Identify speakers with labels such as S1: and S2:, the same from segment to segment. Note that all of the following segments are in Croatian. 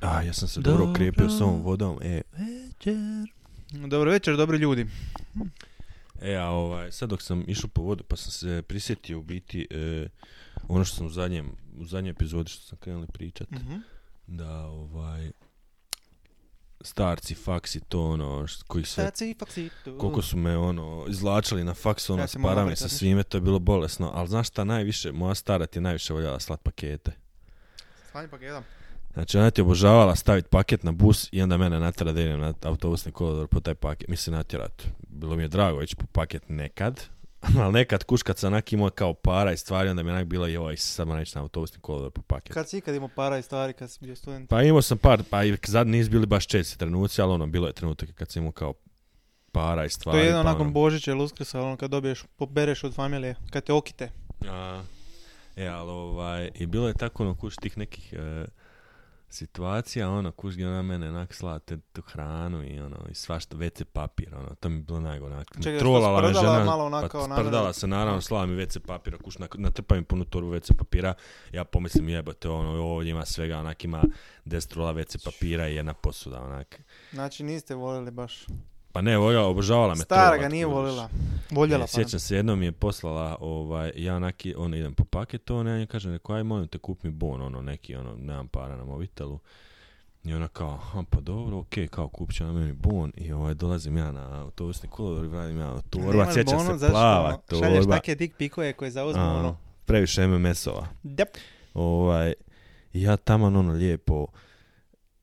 S1: A, ja sam se dobro
S2: Dobro.
S1: okrepio s ovom vodom. E,
S2: Dobro večer, dobri ljudi.
S1: e, a ovaj, sad dok sam išao po vodu, pa sam se prisjetio u biti e, ono što sam u zadnjem, u zadnjoj epizodi što sam krenuli pričat,
S2: Mhm.
S1: da ovaj, starci, faksi, to ono, št- koji sve,
S2: Faci, faci, tu.
S1: koliko su me ono, izlačili na faks, ono,
S2: Ja
S1: ja
S2: se moram
S1: sparame
S2: opet
S1: sa
S2: sad
S1: svime, to je bilo bolesno, ali znaš šta najviše, moja stara ti je najviše voljela slat pakete.
S2: Slanje paketa.
S1: Znači ona ti je obožavala staviti paket na bus i onda mene natjera da idem na autobusni kolodor po taj paket. Mislim natjerat. Bilo mi je drago ići po paket nekad. Ali nekad kuš kad sam onak imao kao para i stvari, onda mi je onak bilo joj, sad moram ići na autobusni kolodor po paket.
S2: Kad si ikad imao para i stvari, kad si bio student?
S1: Pa imao sam par, pa i zad nisu bili baš česti trenuci, ali ono, bilo je trenutak kad sam imao kao para i
S2: to
S1: stvari.
S2: je jedno
S1: pa
S2: nakon
S1: ono-
S2: Božića ili Uskrsa, ono kad dobiješ, pobereš od familije, kad te okite.
S1: A, e, ali ovaj, i bilo je tako ono kuš tih nekih e, situacija, ono kuš gdje ona mene onak slala te- tu hranu i ono, i svašta, WC papir, ono, to mi je bilo najgore, onak,
S2: Čekaj,
S1: trolala
S2: što
S1: me
S2: sprdala
S1: žena,
S2: malo onako,
S1: pa
S2: onako,
S1: sprdala
S2: onako.
S1: se, naravno, slala mi WC papira, kuš, nak- natrpa mi punu torbu WC papira, ja pomislim jebote, ono, ovdje ima svega, onak, ima 10 trola WC papira i jedna posuda, onak.
S2: Znači niste voljeli baš.
S1: Pa ne, voljela, obožavala me
S2: Stara
S1: trolat,
S2: ga nije
S1: kužiš.
S2: voljela.
S1: E,
S2: Voljela pa.
S1: Sjećam se, jednom mi je poslala, ovaj, ja onaki, ono, idem po paket, on, ja njoj kažem, rekao, aj, molim te, kup mi bon, ono, neki, ono, nemam para na mobitelu. I ona kao, aha, pa dobro, okej, kao, kupit će ona meni bon. I ovaj, dolazim ja na autobusni kolodor i vradim ja ono, torba,
S2: Nemaš
S1: sjećam
S2: bono,
S1: se,
S2: zašto,
S1: plava
S2: ono, Šalješ
S1: torba.
S2: takve dick pikove koje zauzmu,
S1: A,
S2: ono.
S1: previše MMS-ova.
S2: Dep.
S1: Ovaj, i ja taman ono lijepo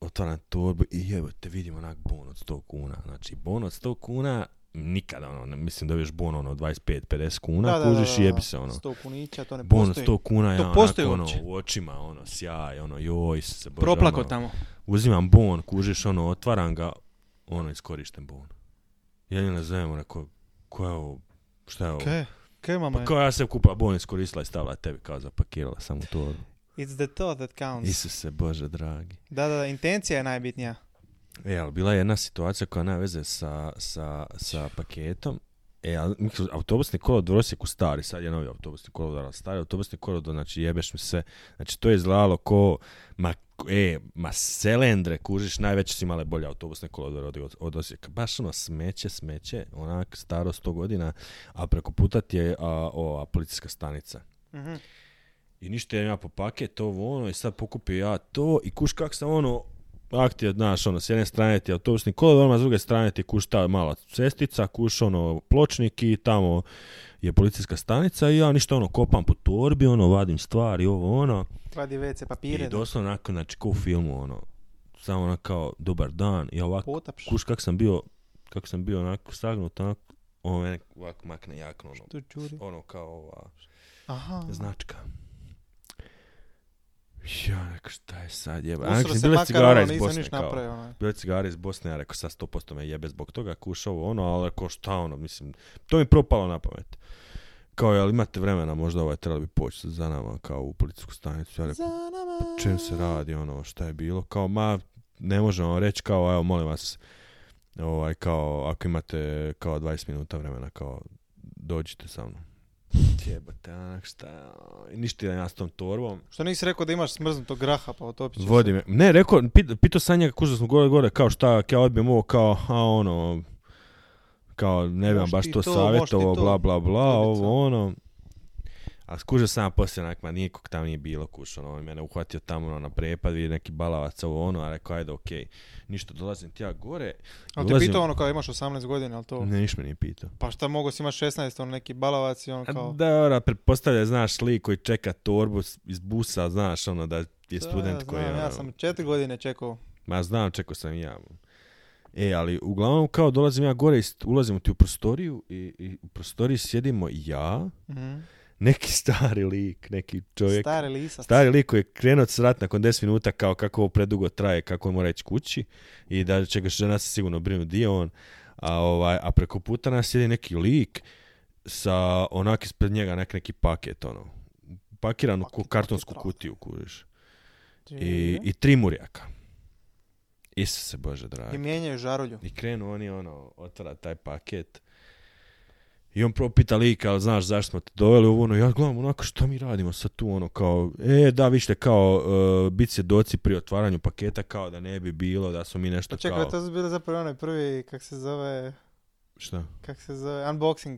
S1: otvaram torbu i jebote vidim onak bon od 100 kuna. Znači bon od 100 kuna nikada ono, ne- mislim dobiješ bon ono 25-50 kuna, kužiš i jebi se ono.
S2: Sto kunića, to ne
S1: Bon od
S2: postoji.
S1: 100 kuna,
S2: To
S1: ja
S2: postoji
S1: onako, ono,
S2: uopće?
S1: u očima, ono, sjaj, ono, joj, se bože,
S2: Proplako
S1: ono,
S2: tamo.
S1: Uzimam bon, kužiš, ono, otvaram ga, ono, iskorišten bon. Ja nju nazovem, onako, koja je ovo, šta je ovo?
S2: Kaj? Kaj mama
S1: Pa
S2: je?
S1: kao ja sam kupila bon, iskoristila i stavila tebi, kao zapakirala sam u torbu.
S2: It's the thought that counts.
S1: Isuse Bože dragi.
S2: Da, da, da, intencija je najbitnija.
S1: E, ali bila je jedna situacija koja nema veze sa, sa, sa paketom. E, ali mikro- autobusni kolodvor u Osijeku stari, sad je novi autobusni kolodvor, ali stari autobusni kolodvor, znači jebeš mi se. Znači to je izgledalo ko, ma, e, ma selendre, kužiš, najveće su imale bolje autobusne kolodvore od, od Osijeka. Baš ono smeće, smeće, onak staro 100 godina, a preko puta ti je a, ova policijska stanica.
S2: Mhm.
S1: I ništa ja po paket, ovo ono, i sad pokupio ja to i kuš kak sam ono, ak ti je, znaš, ono, s jedne strane ti je autobusni kolodvor, odmah s druge strane ti je kuš ta mala cestica, kuš ono, pločnik i tamo je policijska stanica i ja ništa ono, kopam po torbi, ono, vadim stvari, ovo ono.
S2: Vadi WC papire.
S1: I
S2: da
S1: doslovno onako, znači, ko u filmu, ono, samo ono kao, dobar dan, i ovako,
S2: Potapš.
S1: kuš kak sam bio, kako sam bio onako stagnut, onako, ono, mene ovako makne jakno, ono,
S2: Tu čuri.
S1: ono kao ova,
S2: Aha.
S1: značka. Ja, rekao, šta je sad jeba? A
S2: Usro
S1: rekao,
S2: se
S1: bile
S2: makar,
S1: cigare
S2: ono,
S1: iz
S2: nisam
S1: Bosne,
S2: niš
S1: kao.
S2: napravio. ono.
S1: Bile cigare iz Bosne, ja rekao, sad 100% me jebe zbog toga, kuš ovo ono, ali rekao, šta ono, mislim, to mi je propalo na pamet. Kao, jel imate vremena, možda ovaj trebali bi poći za nama, kao u policijsku stanicu, ja rekao,
S2: Za nama.
S1: čim se radi, ono, šta je bilo, kao, ma, ne možemo reći, kao, evo, molim vas, ovaj, kao, ako imate, kao, 20 minuta vremena, kao, dođite sa mnom. Jebate, onak, šta, i ništa ja s tom torbom.
S2: Što nisi rekao da imaš smrznutog graha, pa otopit ćeš se.
S1: Vodi me. Ne, rekao, pit- pitao sam njega kuža smo gore gore, kao šta, ako ja odbijem ovo, kao, a ono, kao, ne bi vam
S2: Moš
S1: baš
S2: ti
S1: to
S2: to,
S1: savjetovao,
S2: moš ti to,
S1: bla, bla, bla,
S2: trudica.
S1: ovo, ono. A skužio sam ja poslije, onak, ma nikog tam nije bilo, kuš, ono, on je mene uhvatio tamo ono, na prepad, vidi neki balavac, ovo, ono, a rekao, ajde, okej, ništa, dolazim ti ja gore.
S2: Ali ti
S1: ulazim-
S2: pitao ono kao imaš 18 godina, ali to...
S1: Ne, niš me nije pitao.
S2: Pa šta mogu si imaš 16, on neki balavac i on
S1: A
S2: kao...
S1: Dobra, pretpostavlja, znaš, lik koji čeka torbu s- iz busa, znaš, ono, da je
S2: "Da,
S1: student
S2: ja
S1: koji,
S2: znam, Ja
S1: ono,
S2: sam četiri godine čekao.
S1: Ma znam, čekao sam i ja. E, ali uglavnom kao dolazim ja gore i st- ulazimo ti u prostoriju i, i u prostoriji sjedimo ja,
S2: Mhm.
S1: neki stari lik, neki čovjek.
S2: Stari lisac.
S1: Stari lik koji je krenuo srat nakon 10 minuta kao kako ovo predugo traje, kako on mora ići kući i da će ga žena se sigurno brinu di je on. A, ovaj, a preko puta nas sjedi neki lik sa onak ispred njega nek neki paket, ono, pakiranu
S2: Paket, paket,
S1: kartonsku
S2: rad.
S1: kutiju, kuriš. I,
S2: I,
S1: i tri murjaka. Isuse Bože dragi.
S2: mijenjaju žarulju.
S1: I krenu oni ono, otvara taj paket I on propita lika, ali znaš zašto smo te doveli u ono, ja gledam onako što mi radimo sad tu, ono kao, e da vi ćete kao e, biti svjedoci pri otvaranju paketa kao da ne bi bilo, da smo mi nešto
S2: Pa čekaj,
S1: kao...
S2: to su bili zapravo onaj prvi, kak se zove,
S1: Šta?
S2: kak se zove, unboxing.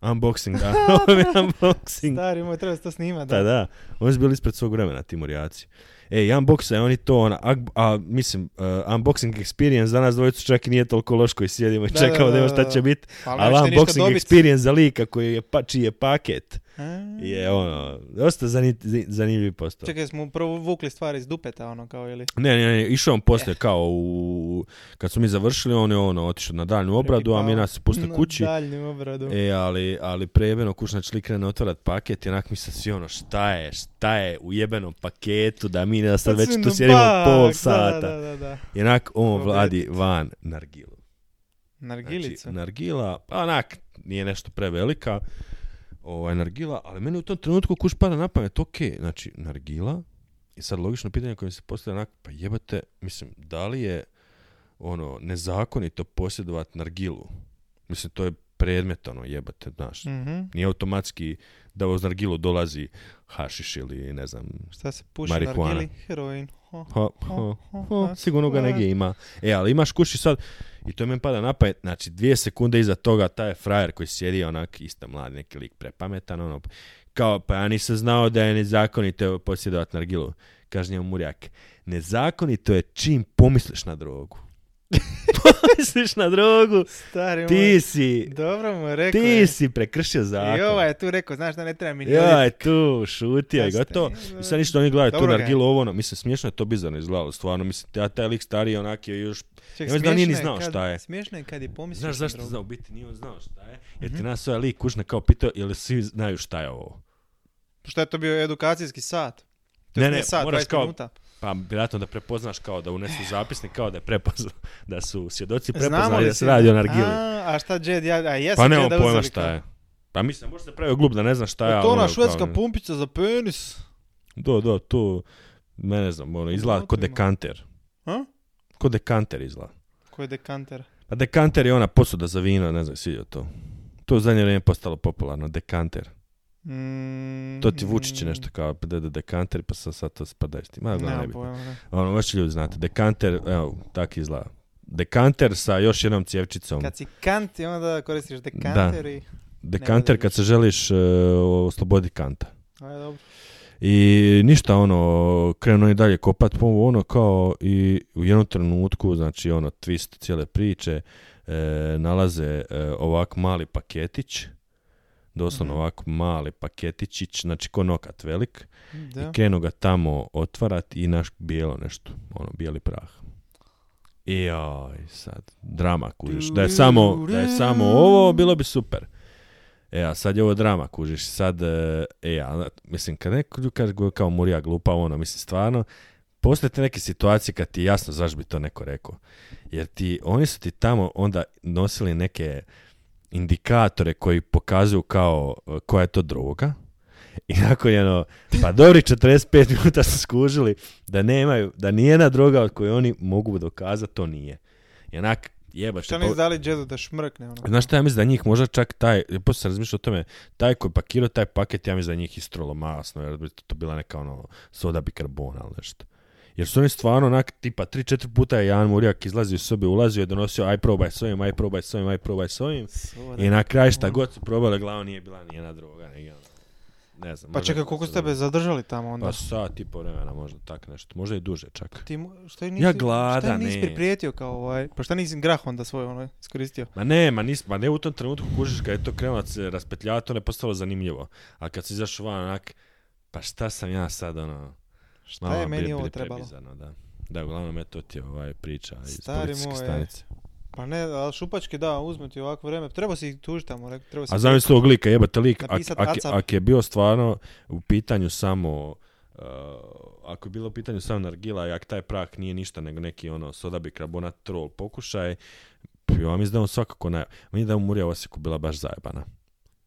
S1: Unboxing, da. Ovo je unboxing.
S2: Stari moj, treba se to snimati.
S1: Da, da. Oni su bili ispred svog vremena, ti morijaci. E, unboxa je oni to, ona, a, a, mislim, uh, unboxing experience danas dvojicu čak i nije toliko loš koji sjedimo i
S2: Da,
S1: čekamo
S2: da,
S1: da,
S2: da,
S1: evo šta
S2: da.
S1: će biti,
S2: Pa
S1: ali unboxing experience za lika koji je, pa, čiji je paket je
S2: Mm.
S1: ono, dosta zani- zanimljiv postao.
S2: Čekaj, smo prvo vukli stvari iz dupeta, ono kao, ili...
S1: Ne, ne, ne, išao on
S2: Eh.
S1: poslije kao u... Kad su mi završili, on je ono otišao na daljnju obradu, a mi
S2: Prekipao.
S1: nas puste
S2: Na
S1: kući.
S2: Daljnju obradu.
S1: E, ali, ali prejebeno kućna člik krene otvarat paket i onak mi se svi ono šta je, šta je u jebenom paketu da mi ne sad već tu
S2: Sinu,
S1: sjedimo
S2: bak,
S1: pol
S2: da,
S1: sata.
S2: Da, da, da.
S1: I onak on
S2: Dobro,
S1: vladi van nargilu. Znači,
S2: Nargilicu.
S1: nargila, pa onak nije nešto prevelika ovaj, nargila, ali meni u tom trenutku kuš pada na pamet, ok, znači nargila i sad logično pitanje koje mi se postavlja onak, pa jebate, mislim, da li je ono, nezakonito posjedovat nargilu? Mislim, to je predmet, ono, jebate, znaš,
S2: Mhm.
S1: nije automatski da uz nargilu dolazi hašiš ili ne znam.
S2: Šta se puši
S1: Marihuana.
S2: nargili? Heroin. Ho,
S1: Ha,
S2: ho,
S1: ha,
S2: ho,
S1: ha,
S2: ha.
S1: sigurno ga negdje ima. E, ali imaš kući sad i to mi pada na pamet. Znači, dvije sekunde iza toga taj frajer koji sjedi onak, isto mladi neki lik prepametan, ono, kao, pa ja nisam znao da je nezakonito posjedovat nargilu. Kaže njemu Murjak, nezakonito je čim pomisliš na drogu. pomisliš na drogu,
S2: Stari moj.
S1: ti si,
S2: Dobro mu je rekao. je.
S1: ti si prekršio zakon.
S2: I ovaj je tu rekao, znaš da ne treba mi ni
S1: Ja
S2: ovdje.
S1: je tu, šutio i
S2: Jeste,
S1: gotovo.
S2: nije,
S1: I sad ništa oni gledaju tu
S2: Dobro ga je.
S1: nargilu ovo, ono. mislim, smiješno je to bizarno izgledalo, stvarno, mislim, ja taj lik stariji onak je još,
S2: Ček,
S1: Ja mislim da nije ni
S2: smiješno je
S1: znao
S2: kad-
S1: šta je.
S2: Smiješno je kad je pomislio.
S1: znaš
S2: na
S1: zašto je
S2: drogu.
S1: znao, u biti nije on znao šta je, jer ti
S2: Mhm.
S1: nas ovaj lik kužna kao pitao, jel svi znaju šta je ovo?
S2: Šta je to bio edukacijski sat? To
S1: Ne,
S2: je
S1: ne,
S2: bio sat,
S1: moraš
S2: 20
S1: kao-
S2: minuta.
S1: Pa, vjerojatno da prepoznaš kao da unesu zapisnik, kao da je prepoznao, da su svjedoci
S2: Znamo
S1: prepoznali
S2: li
S1: da se
S2: svi-
S1: radi o nargili.
S2: A, a šta Jed, ja, a jesam
S1: Pa nemam
S2: Jed da
S1: pojma
S2: uzeli
S1: šta
S2: kao-
S1: je. Pa mislim, možda se pravio glup da ne zna šta je.
S2: Je
S1: ali
S2: to
S1: ono,
S2: ona
S1: kao-
S2: švedska pumpica za penis.
S1: Do, do, tu, ne, ne znam, ono, izgleda ko
S2: Motima.
S1: dekanter.
S2: A?
S1: Ko dekanter izgleda.
S2: Ko je dekanter?
S1: A Pa dekanter je ona posuda za vino, ne znam, jesi vidio to. To je u zadnje vrijeme postalo popularno, dekanter.
S2: Mm,
S1: To ti Vučić je nešto kao da da dekanter, pa sad, sad to spadaju s tim. Ma, ne, ne
S2: Nemam
S1: bi.
S2: pojma, ne.
S1: Ono, vaši ljudi znate, dekanter, evo, tak izgleda. Dekanter sa još jednom cjevčicom.
S2: Kad si kanti, onda koristiš dekanter i...
S1: Dekanter kad se želiš e, osloboditi kanta.
S2: Aj, dobro.
S1: I ništa, ono, krenuo je dalje kopat po ono kao i u jednom trenutku, znači ono, twist cijele priče, e, nalaze e, ovak mali paketić, doslovno
S2: Mhm.
S1: ovak mali paketićić, znači ko nokat velik,
S2: Da.
S1: i krenu ga tamo otvarat i naš bijelo nešto, ono, bijeli prah. I joj, sad, drama kužiš. Da je samo, da je samo ovo, bilo bi super. E, a sad je ovo drama, kužiš, sad, e, e, a, mislim, kad neko kaže go- kao murija glupa, ono, mislim, stvarno, postoje te neke situacije kad ti je jasno zašto bi to neko rekao. Jer ti, oni su ti tamo onda nosili neke indikatore koji pokazuju kao e, koja je to droga. I nakon je ono, pa dobri 45 minuta su skužili da nemaju, da nijedna droga od koje oni mogu dokazati to nije. I onak, jebate,
S2: Šta
S1: pa-
S2: nisu dali Jedu da šmrkne ono?
S1: Znaš šta, ja mislim da njih možda čak taj, ja poslije sam razmišljao o tome, taj koji je pakirao taj paket, ja mislim da je njih istrolo masno, jer bi to bila neka ono soda bikarbona ili nešto. Jer su oni stvarno onak, tipa, 3-4 puta je Jan Murijak izlazio iz sobe, ulazio i donosio, aj probaj s ovim, aj probaj s ovim, aj probaj s ovim.
S2: Soda.
S1: I na kraju šta god su probali, glava nije bila nijedna droga, nego ono, ne znam.
S2: Pa
S1: možda-
S2: čekaj, koliko ste tebe zadržali tamo onda?
S1: Pa sat i po vremena, možda tak nešto, možda i duže čak.
S2: Ti, mu- šta je nisi,
S1: Ja
S2: šta je
S1: gladan,
S2: nisi
S1: ne.
S2: priprijetio kao ovaj? Pa šta nisi grah onda svoj ono iskoristio?
S1: Ma ne, ma, nis, ma ne u tom trenutku kužiš kad je to krenulo se raspetljavati, to ne postalo zanimljivo. A kad si izašao van onak, pa šta sam ja sad ono...
S2: Šta
S1: malo
S2: je meni
S1: bi-
S2: ovo
S1: bili
S2: trebalo?
S1: prebizarno, da. Da, uglavnom je to ti je ovaj priča iz
S2: Stari
S1: policijske
S2: moj, e.
S1: stanice.
S2: Pa ne, ali šupački da, uzme ti ovako vreme. Treba si ih tužiti tamo, rek- treba si...
S1: A zamisli tog lika, jebate lik, ak,
S2: Napisat
S1: ak,
S2: WhatsApp.
S1: ak je bio stvarno u pitanju samo... uh, ako je bilo u pitanju samo nargila, i ak taj prah nije ništa nego neki ono soda bikarbonat troll pokušaj, pa ja mislim da je on svakako naj... Meni je da je Murija Osijeku bila baš zajebana.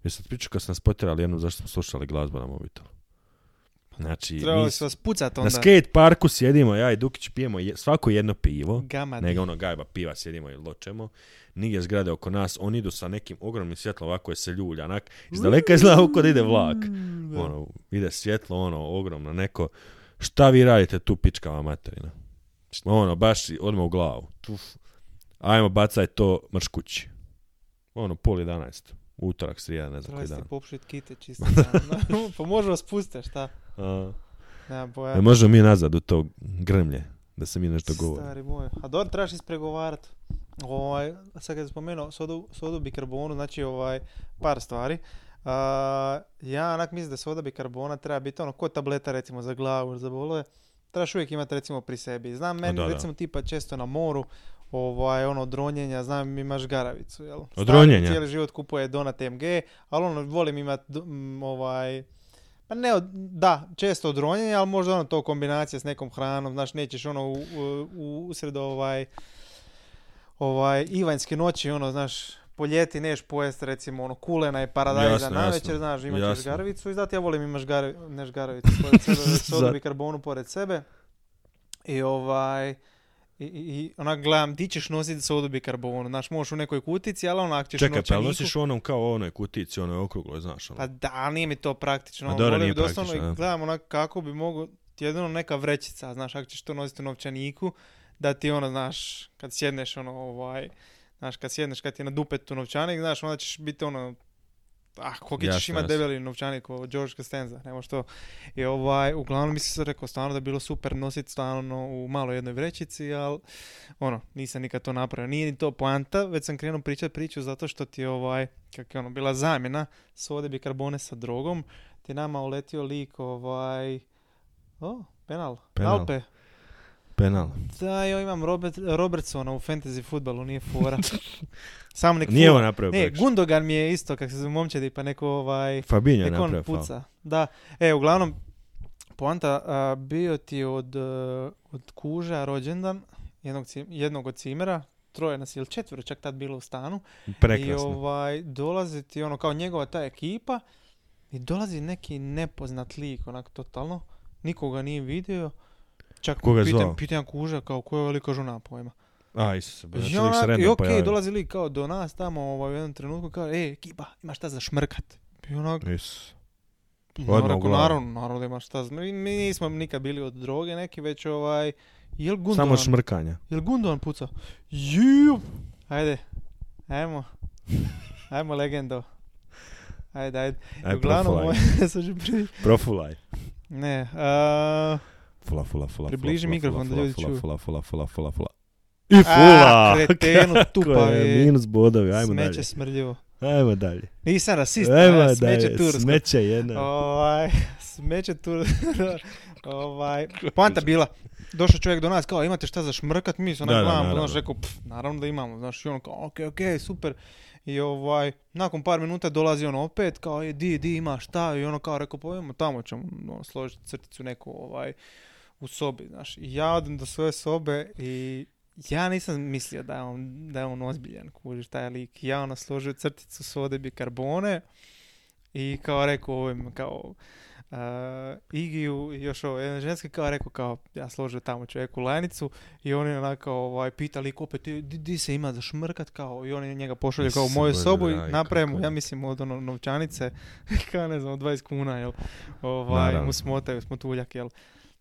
S1: Jer sam pričao kad su nas potjerali jednom zašto smo slušali glazbu na mobitelu. Znači, mi
S2: Trebali
S1: s-
S2: su vas pucat
S1: na
S2: onda.
S1: skate parku sjedimo, ja i Dukić pijemo je- svako jedno pivo.
S2: Gama.
S1: Nega ono gajba piva sjedimo i ločemo. Nigdje zgrade oko nas, oni idu sa nekim ogromnim svjetlom, ovako je se ljulja, onak. Iz daleka izgleda kao da ide vlak. Ono, ide svjetlo, ono, ogromno, neko. Šta vi radite tu, pičkava materina? Ono, baš i odmah u glavu. Tuf. Ajmo, bacaj to, mrš kući. Ono, pol 11. Utorak, srijeda, ne znam
S2: Trebali
S1: koji
S2: ste
S1: dan.
S2: popšit kite čisto. ono. pa može vas puste, šta?
S1: A,
S2: Nema
S1: ne
S2: boja.
S1: možemo mi nazad u to grmlje, da se mi nešto govori.
S2: Stari moj. A dobro, trebaš ispregovarat. Ovaj, sad kad si spomenuo sodu, sodu bikarbonu, znači ovaj, par stvari. A, ja onak mislim da soda bikarbona treba biti ono, ko tableta recimo za glavu ili za bolove. Trebaš uvijek imati recimo pri sebi. Znam meni
S1: da, da.
S2: recimo tipa često na moru, ovaj, ono, dronjenja, znam imaš garavicu, jel? Stari
S1: dronjenja?
S2: Cijeli život kupuje Donat MG, ali ono, volim imati ovaj, pa ne, od, da, često od ronjenja, ali možda ono to kombinacija s nekom hranom, znaš, nećeš ono u, u, u- usred ovaj, ovaj, ivanjske noći, ono, znaš, po ljeti neš pojest, recimo, ono, kulena i paradajza
S1: Jasno,
S2: na
S1: jasno,
S2: večer, znaš, imat ćeš
S1: jasno.
S2: garvicu i zato ja volim imaš garavi, neš garavicu pored sebe, sodu
S1: Zato.
S2: bikarbonu pored sebe i ovaj, i, i, i onak gledam, ti ćeš nositi sodu bikarbonu, znaš, možeš u nekoj kutici, ali onak ćeš
S1: Čekaj,
S2: u
S1: pa jel
S2: novčaniku.
S1: nosiš u onom kao onoj kutici, onoj okrugloj, znaš ono?
S2: Pa da, ali nije mi to praktično.
S1: Pa
S2: ono,
S1: dobro,
S2: volio
S1: nije
S2: bi doslovno
S1: praktično,
S2: i
S1: da.
S2: Gledam onak kako bi mogo, jedino neka vrećica, znaš, ako ćeš to nositi u novčaniku, da ti ono, znaš, kad sjedneš ono, ovaj, znaš, kad sjedneš, kad ti je na dupetu novčanik, znaš, onda ćeš biti ono, ah, koliki ćeš
S1: Jasno,
S2: imati
S1: jasno.
S2: debeli novčanik, ovo, George Costanza, nema što. I ovaj, uglavnom mislim se rekao stvarno da bi bilo super nositi stvarno u malo jednoj vrećici, ali ono, nisam nikad to napravio. Nije ni to poanta, već sam krenuo pričati priču zato što ti je ovaj, kak je ono, bila zamjena sode bikarbone sa drogom, ti je nama uletio lik ovaj, o, penal,
S1: Penal.
S2: Alpe.
S1: Penal.
S2: Da, jo, imam Robert, Robertsona u fantasy futbalu, nije fora. Samo nek
S1: Nije
S2: fura.
S1: on napravio
S2: Ne,
S1: prekršaj.
S2: Gundogan mi je isto, kak se zove momčadi, pa neko ovaj...
S1: Fabinho je
S2: Nek on
S1: napravio faul.
S2: puca. Da. E, uglavnom, poanta, a, bio ti je od, e, od kuža rođendan jednog, ci- jednog od cimera, troje nas ili četvero čak tad bilo u stanu. I
S1: Prekrasno.
S2: ovaj, dolazi ti ono kao njegova ta ekipa i dolazi neki nepoznat lik, onak totalno, nikoga nije vidio. Čak
S1: Koga je zvao?
S2: pitam, pitam kuža kao ko je ovo liko žuna pojma.
S1: A, Isuse, znači
S2: I,
S1: lik se
S2: onak-
S1: random
S2: I okej,
S1: pojavio.
S2: dolazi lik kao do nas tamo ovaj, u jednom trenutku kao, e, ekipa, ima šta za šmrkat. I onak,
S1: Isus.
S2: ja
S1: Odmah u
S2: rekao,
S1: glavu.
S2: naravno, naravno da ima šta. zna- Mi, mi nismo nikad bili od droge neki, već ovaj... Jel Gundogan,
S1: Samo od šmrkanja.
S2: jel Gundogan puca? Jup! Ajde, ajmo. Ajmo legendo. Ajde, ajde.
S1: Aj,
S2: Uglavnom,
S1: E, profulaj.
S2: moj- sad ću pri-
S1: Profulaj.
S2: Ne, eh, a,
S1: Fula, fula, fula,
S2: Približi
S1: fula, fula,
S2: mikrofon
S1: fula,
S2: da ljudi
S1: fula,
S2: čuju.
S1: Fula, fula, fula, fula, fula. I fula!
S2: A, kretenu,
S1: Kako je,
S2: tupavi.
S1: Minus bodovi, ajmo
S2: smeće
S1: dalje.
S2: smrdljivo.
S1: Ajmo dalje.
S2: Nisam rasist,
S1: Ajmo
S2: a,
S1: dalje.
S2: smeće tursko.
S1: Smeće jedna.
S2: Ovaj, smeće tu, ovaj, poanta bila, došao čovjek do nas, kao imate šta za šmrkat, mi se
S1: Da,
S2: onak
S1: da,
S2: gledamo,
S1: naravno.
S2: znaš, rekao, "Pf, naravno da imamo, znaš, i on kao, okej, okej, super, i ovaj, nakon par minuta dolazi on opet, kao, e, di, di, ima šta, i ono kao, rekao, pa idemo tamo ćemo ono, složiti crticu neku, ovaj, u sobi, znaš, i ja odem do svoje sobe i ja nisam mislio da je on, da je on ozbiljan, kužiš, taj lik, ja ono složio crticu sode bikarbone, i kao rekao ovim, kao uh, Igiju i još ovo, jedna ženska kao rekao kao, ja složio tamo čovjeku lajnicu i on je onako ovaj, pita lik opet, "Ti- di, di se ima za šmrkat kao i on je njega pošalje kao u
S1: Isuse
S2: moju
S1: Bože
S2: sobu i
S1: dragi,
S2: napravimo,
S1: kako je.
S2: ja mislim od ono novčanice, kao ne znam, od 20 kuna, jel, ovaj,
S1: Naravno.
S2: mu smotaju, smotuljak, jel.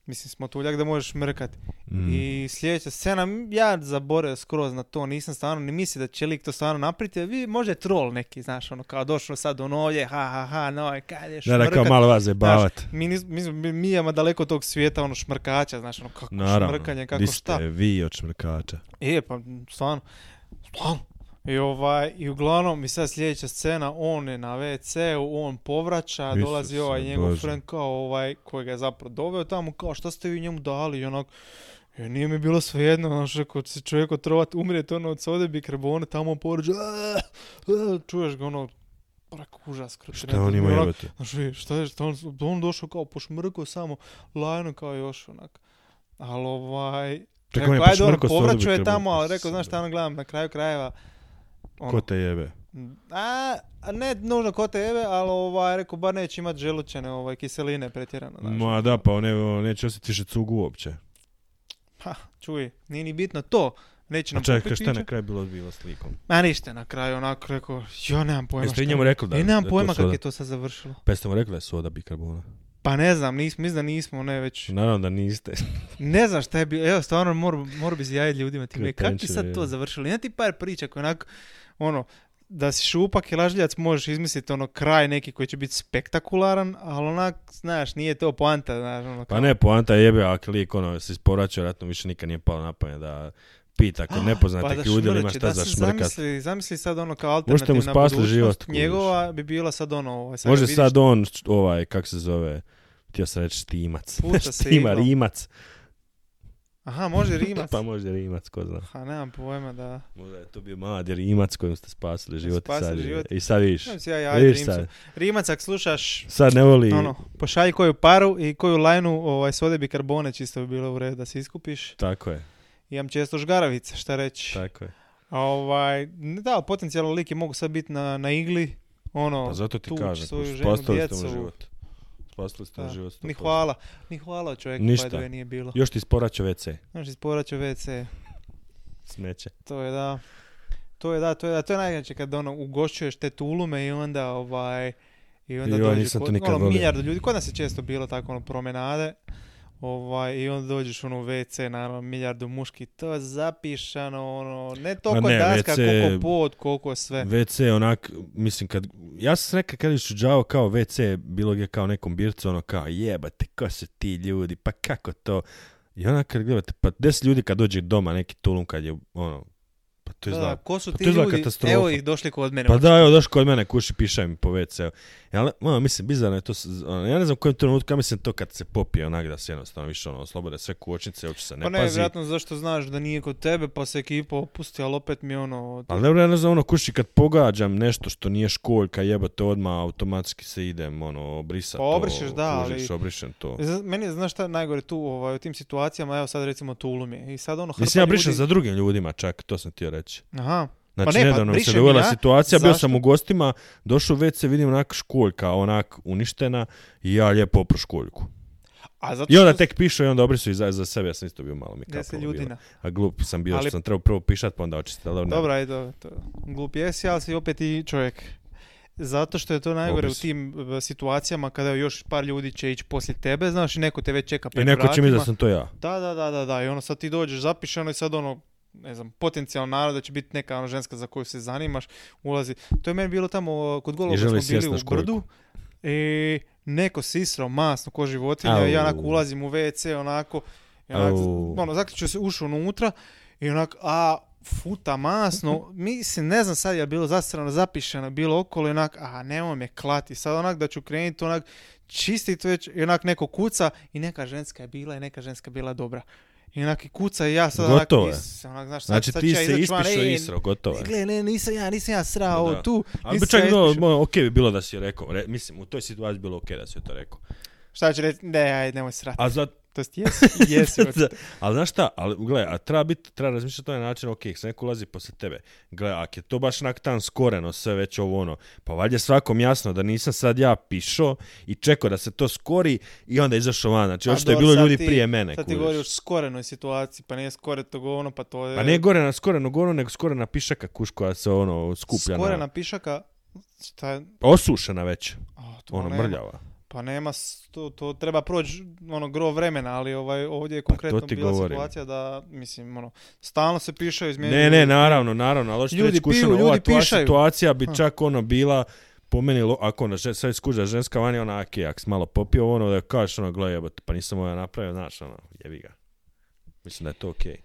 S2: Mislim, smotuljak da možeš šmrkat.
S1: Mm.
S2: I sljedeća scena, m, ja zaboravio skroz na to, nisam stvarno ni mislio da će lik to stvarno napriti, vi možda je troll neki, znaš, ono kao došao sad on ovdje, ha ha ha, no, kad je
S1: Da, da, kao
S2: šmrkat.
S1: malo vas zabavat.
S2: Mi, nis, mi, smo- mi, mi imamo daleko od tog svijeta, ono šmrkača, znaš, ono kako
S1: Naravno.
S2: šmrkanje, kako
S1: Di
S2: šta.
S1: ste vi od šmrkača?
S2: E, pa m, stvarno, stvarno. I, ovaj, I uglavnom, i sad sljedeća scena, on je na WC-u, on povraća,
S1: Isuse
S2: dolazi ovaj njegov
S1: Bože.
S2: friend kao ovaj, kojega je zapravo doveo tamo, kao šta ste vi njemu dali, i onak, e, nije mi bilo svejedno, znaš, ako će se čovjek otrovat, umrijet ono od sode bikarbone, tamo poruđa, čuješ ga ono, prak užas,
S1: Šta on ima jebote?
S2: Znaš, vi, šta je, šta on, on došao kao pošmrkao samo, lajno kao još onak. Ali ovaj,
S1: Čekaj, on je
S2: Rekao, ajde, ono,
S1: pošmrkao s
S2: povraćao je
S1: odobitkom
S2: tamo, ali
S1: rukom.
S2: rekao, znaš šta, ono, gledam, na kraju krajeva, ono,
S1: Ko te jebe?
S2: A, a ne nužno kod tebe, ali ovaj, rekao, bar neće imat želučane ovaj, kiseline pretjerano. Znaš.
S1: Ma da, pa ne, neće osjetiti šecugu uopće.
S2: Pa, čuj, nije ni bitno to. Neće
S1: A
S2: nam
S1: čekaj,
S2: popiti
S1: šta je
S2: piće.
S1: na kraju bilo bilo slikom?
S2: Ma ništa na kraju, onako rekao, jo, nemam pojma
S1: Jeste vi
S2: šta
S1: njemu
S2: je.
S1: rekli da
S2: E, nemam
S1: da
S2: pojma
S1: to soda?
S2: kako je to sad završilo.
S1: Pa jeste mu rekli da je soda bikarbona?
S2: Pa ne znam, nismo, mislim da nismo, ne već.
S1: Znači, Naravno da niste.
S2: Ne znam šta je bilo, evo stvarno mor, mor bi zjajit ljudima ti me, kako je
S1: Kretenčine,
S2: sad
S1: je.
S2: to završilo? Ima ti par priča koje onako, ono, da si šupak i lažljac možeš izmisliti ono kraj neki koji će biti spektakularan, ali onak, znaš, nije to poanta, znaš, ono,
S1: Pa
S2: kao-
S1: ne, poanta je jebe, ako lik ono, se isporačio, vjerojatno više nikad nije palo na pamet da pita kod nepoznatih
S2: pa da
S1: ljudi ili ima
S2: šmrleće,
S1: šta
S2: da
S1: za
S2: se
S1: šmrkat.
S2: Zamisli, zamisli sad ono kao
S1: mu
S2: alternativna
S1: spasli
S2: budućnost
S1: život, kužiš.
S2: njegova bi bila sad ono, ovaj, sad ga
S1: Može
S2: vidiš
S1: sad on, št- ovaj, kako se zove, htio sam reći štimac.
S2: Puca se
S1: Štima,
S2: iglom.
S1: rimac.
S2: Aha, može rimac.
S1: Pa možda je rimac, ko zna.
S2: Ha, nemam pojma da...
S1: Možda je to bio mladi rimac kojim ste spasili život. i
S2: Spasili
S1: sad je-
S2: život.
S1: I sad vidiš.
S2: Nemam se ja javit
S1: Vidiš
S2: Rimcu.
S1: sad.
S2: Rimac, ako slušaš,
S1: Sad ne voli...
S2: ono, pošalji koju paru i koju lajnu ovaj, sode bi karbone, čisto bi bilo u redu da se iskupiš.
S1: Tako je,
S2: Imam često žgaravice, šta reći.
S1: tako je.
S2: A ovaj, ne da, potencijalno liki mogu sad biti na, na igli, ono,
S1: Pa zato ti
S2: tuč
S1: kažem,
S2: svoju
S1: kužiš,
S2: ženu,
S1: spasili ste mu
S2: djecu.
S1: život. Spasili ste mu
S2: Da.
S1: život. sto
S2: Ni
S1: posto.
S2: hvala, ni hvala čovjek,
S1: Ništa.
S2: by the way, nije bilo.
S1: Još ti isporačio WC.
S2: Znaš, isporaću WC,
S1: Smeće.
S2: to je da. To je da, to je da, to je najjače kad ono ugošćuješ te tulume i onda ovaj i onda
S1: Joj,
S2: dođe
S1: nisam to
S2: kod-
S1: nikad
S2: ono,
S1: volio.
S2: milijardu ljudi, kod nas je često bilo tako ono promenade. Ovaj, I onda dođeš ono u WC, naravno, milijardu muški, to je zapišano, ono, ne toliko
S1: ne,
S2: daska,
S1: WC
S2: koliko pod, koliko sve.
S1: WC onak, mislim kad, ja sam se nekad kad išuđao kao WC, bilo gdje kao nekom bircu, ono kao jebate, ko su ti ljudi, pa kako to? I onak kad gledate, pa deset ljudi kad dođe doma neki tulum kad je, ono, pa to je
S2: Da,
S1: zla.
S2: ko su
S1: pa
S2: ti
S1: to izgleda
S2: ljudi,
S1: katastrofa.
S2: evo ih došli kod mene.
S1: Pa da, evo, došli kod mene, kuši, pišaj mi po WC-u. Ja, ono, mislim, bizarno je to, s- ono, ja ne znam u kojem trenutku, ja mislim to kad se popije onak da se jednostavno više ono, oslobode sve kočnice, uopće se ne,
S2: pa ne,
S1: pazi.
S2: vjerojatno zašto znaš da nije kod tebe, pa se ekipa opusti, ali opet mi je ono...
S1: Ali dobro, ja ne znam, ono, kuši, kad pogađam nešto što nije školjka, jebate, odmah automatski se idem, ono, brisat
S2: Pa
S1: to,
S2: obrišeš, da, ali-
S1: kužiš, obrišem to.
S2: Z- Meni je, znaš šta je najgore tu ovaj, u tim situacijama, evo sad recimo Tulum je. I sad ono hrpa
S1: Mislim, ja brišem
S2: ljudi...
S1: za drugim ljudima čak, to sam htio reći.
S2: Aha,
S1: Znači,
S2: ne, pa
S1: nedavno mi se
S2: brišem
S1: dogodila
S2: ja.
S1: situacija, bio sam
S2: Zašto?
S1: u gostima, došao u WC, vidim onak školjka, onak uništena, i ja lijepo opru školjku.
S2: a zato
S1: I onda
S2: što-
S1: tek pišu i onda obrisu i za, za sebe, ja sam isto bio malo mi
S2: Gdje se
S1: kapalo bilo.
S2: ljudina.
S1: A glup sam bio, što
S2: Ali-
S1: sam trebao prvo pišat, pa onda očistiti. ali dobro, ne.
S2: Dobro, ajde, dobro, to je- glup jesi, ali si opet i čovjek. Zato što je to najgore
S1: Obris.
S2: u tim e, situacijama kada još par ljudi će ići poslije tebe, znaš, i neko te već čeka
S1: I
S2: pred
S1: neko će mi da
S2: vratima.
S1: sam to ja.
S2: Da, da, da, da, da, i ono sad ti dođeš zapišeno i sad ono, ne znam, potencijalno naravno da će biti neka ono ženska za koju se zanimaš, ulazi. To je meni bilo tamo uh, kod golova
S1: I
S2: kad
S1: želi
S2: smo
S1: sjest
S2: bili
S1: na
S2: u
S1: školjku.
S2: brdu. I neko sisrao masno ko životinja,
S1: Au.
S2: ja onako ulazim u WC, onako, i onako
S1: Au.
S2: ono, zaključio se ušao unutra i onak, a futa masno, mislim, ne znam sad je li bilo zasrano, zapišeno, bilo okolo i onak, a nemoj me klati, sad onak da ću krenuti onak čistit već i onak neko kuca i neka ženska je bila i neka ženska je bila dobra. I onak i kuca i ja sad
S1: Gotovo je.
S2: onak, is, onak znaš, sad,
S1: Znači,
S2: sad ću
S1: ti
S2: ja
S1: se
S2: izaći van,
S1: ispišao
S2: ej, e,
S1: i isro, gotovo je.
S2: Gle, ne, nisam ja, nisam ja srao
S1: Da.
S2: tu.
S1: Ali bi
S2: nisam
S1: čak
S2: ja
S1: bilo,
S2: ispišao.
S1: mo- ok bi bilo da si je rekao, Re- mislim, u toj situaciji bi bilo ok da si je to rekao.
S2: Šta ću reći? Ne, ajde, nemoj srati.
S1: A za,
S2: To jest, jesi, jesi.
S1: za- ali znaš šta, ali gle, a treba biti, treba razmišljati na taj način, ok, se neko ulazi posle tebe. Gle, ako je to baš onak tan skoreno, sve već ovo ono, pa valjda je svakom jasno da nisam sad ja pišao i čekao da se to skori i onda izašao van. Znači,
S2: A
S1: očito je
S2: do,
S1: bilo
S2: sad
S1: ljudi
S2: ti-
S1: prije mene.
S2: Sad ti
S1: kužiš.
S2: govori o skorenoj situaciji, pa nije skore to ono, pa to je...
S1: Pa ne gore na skoreno goru, nego skorena pišaka kuš koja se ono skuplja
S2: Skorena
S1: na...
S2: pišaka, šta je...
S1: Osušena već,
S2: A, to
S1: ono
S2: nema.
S1: mrljava.
S2: Pa nema, s- to, to treba proći ono gro vremena, ali ovaj, ovdje je konkretno
S1: Pa ti
S2: bila
S1: govorim.
S2: situacija da, mislim, ono, stalno se piše izmjenjuju.
S1: Ne, ne, naravno, naravno, ali hoću ti
S2: Ljudi
S1: reći kušeno,
S2: piju,
S1: ova
S2: ljudi
S1: tvoja
S2: pišaju.
S1: situacija bi
S2: Ha.
S1: čak ono bila po meni, lo- ako ona žen- sad skuža ženska vani, ona ak je, ak si malo popio, ono da kažeš ono, gle jebote, pa nisam ovo ja napravio, znaš, ono, jebi ga. Mislim da je to okej.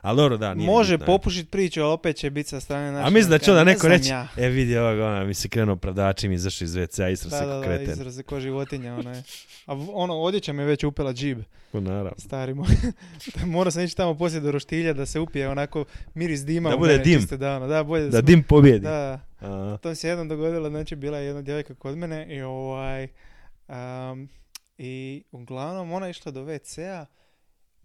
S1: Ali dobro, da, nije
S2: Može
S1: bitno, je.
S2: popušiti priču, ali opet će biti sa strane naše.
S1: A mislim da će onda
S2: ne
S1: neko
S2: znam
S1: reći,
S2: Ja.
S1: e vidi ovoga, ona mi se krenuo pravdačim, izašao iz WC-a, isro se
S2: Da, da,
S1: ko
S2: da,
S1: kreten.
S2: izraze ko životinja, ono je. A v- ono, odjeća mi je već upela džib,
S1: Pa Naravno.
S2: stari moj. Morao sam ići tamo poslije do roštilja da se upije onako miris dima.
S1: Da
S2: u
S1: bude
S2: mene,
S1: dim.
S2: čisto Da, ono, da, bolje
S1: Da
S2: smo-
S1: dim pobjedi.
S2: Da,
S1: A.
S2: to mi se jednom dogodilo, znači bila je jedna djevojka kod mene i ovaj, am, i uglavnom ona je išla do WC-a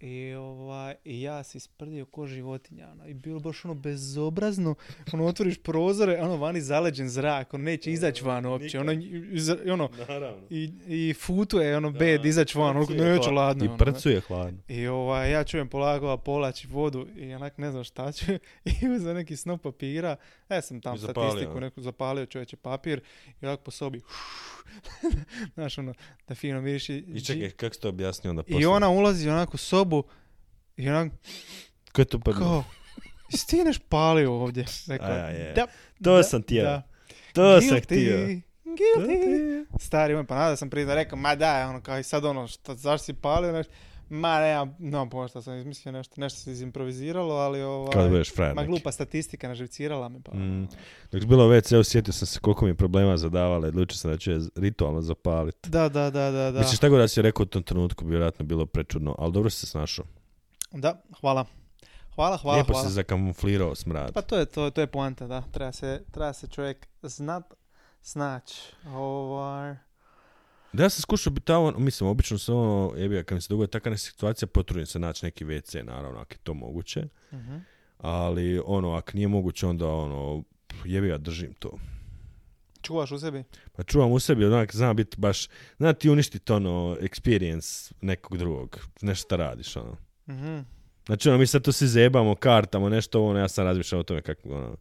S2: I, ovaj, I ja se isprdio ko životinja. ono, I bilo baš ono bezobrazno. Ono, otvoriš prozore, ono, vani zaleđen zrak. Ono, neće izaći van uopće. Ono, iz- ono,
S1: Naravno.
S2: i, i futuje, ono,
S1: Da,
S2: bed, izaći van. Ono,
S1: prcuje
S2: neću
S1: hladno.
S2: ladno.
S1: I
S2: ono, da.
S1: prcuje hladno.
S2: I ovaj, ja čujem polako a povlači vodu i onak ne znam šta ću i uzem neki snop papira, ja sam tam
S1: I zapalio,
S2: statistiku
S1: da.
S2: neku zapalio čovječe papir i ovak po sobi, znaš ono, da fino miriši.
S1: I čekaj, kako si to objasnio onda
S2: I
S1: poslije?
S2: ona ulazi onak u sobu i onak
S1: Ko je tu pa...
S2: kao, jesi ti neš palio ovdje? Rekla,
S1: A, je.
S2: da,
S1: To
S2: da,
S1: sam htio.
S2: da.
S1: To sam
S2: Guilty,
S1: htio.
S2: Guilty. Stari moj, pa nada sam prije da rekao, ma da, ono, kao i sad ono, šta, zašto si palio, nešto, ma ne, ja, no, pojma šta sam izmislio, nešto, nešto se izimproviziralo, ali ovaj,
S1: Kad budeš frajer
S2: ma
S1: neki.
S2: glupa statistika naživcirala me, pa.
S1: Mm. Dok je bilo u WC-u, sjetio sam se koliko mi je problema zadavala, odlučio sam da ću je ritualno zapalit.
S2: Da, da, da, da, da.
S1: Mislim, šta god da si je rekao u tom trenutku, bi vjerojatno bilo prečudno, ali dobro si se snašao.
S2: Da, hvala. Hvala, hvala,
S1: Lijepo
S2: hvala.
S1: si se zakamuflirao smrad.
S2: Pa to je, to, to je poanta, da. Treba se, treba se čovjek znat, snać. Ovaj...
S1: Da, ja sam skušao biti tamo, mislim, obično sam ono, jebija, kad mi se dogodi takva neka situacija, potrudim se naći neki WC, naravno, ako je to moguće.
S2: Mhm.
S1: Ali, ono, ako nije moguće, onda, ono, jebija, držim to.
S2: Čuvaš u sebi?
S1: Pa čuvam u sebi, onak, zna biti baš, zna ti uništiti, ono, experience nekog drugog, nešto šta radiš, ono.
S2: Mhm.
S1: Znači, ono, mi sad tu se zebamo, kartamo, nešto, ono, ja sam razmišljao o tome kako, ono,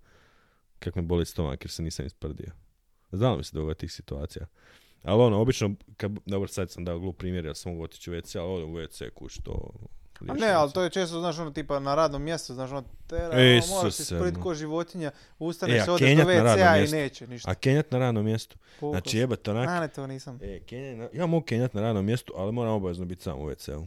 S1: kako me boli stomak jer se nisam isprdio. Znalo mi se doga tih situacija. Ali ono, obično, kad, dobro, sad sam dao glup primjer, ja sam mogu otići u WC, ali odem u WC kuć, to...
S2: A Pa ne,
S1: riješim
S2: ali
S1: se.
S2: to je često, znaš, ono, tipa na radnom mjestu, znaš, ono, tera,
S1: Ej,
S2: ono, moraš se
S1: Isuse,
S2: isprit
S1: ma.
S2: ko životinja,
S1: E,
S2: ustaneš
S1: a
S2: se, odeš do
S1: kenjat na radnom
S2: WC-a i
S1: mjestu?
S2: neće ništa.
S1: A kenjat na radnom mjestu.
S2: Koliko
S1: Znači,
S2: si-
S1: jebate onak...
S2: A ne, to nisam.
S1: E, kenjanje na- ja mogu kenjat na radnom mjestu, ali moram obavezno biti sam u WC-u.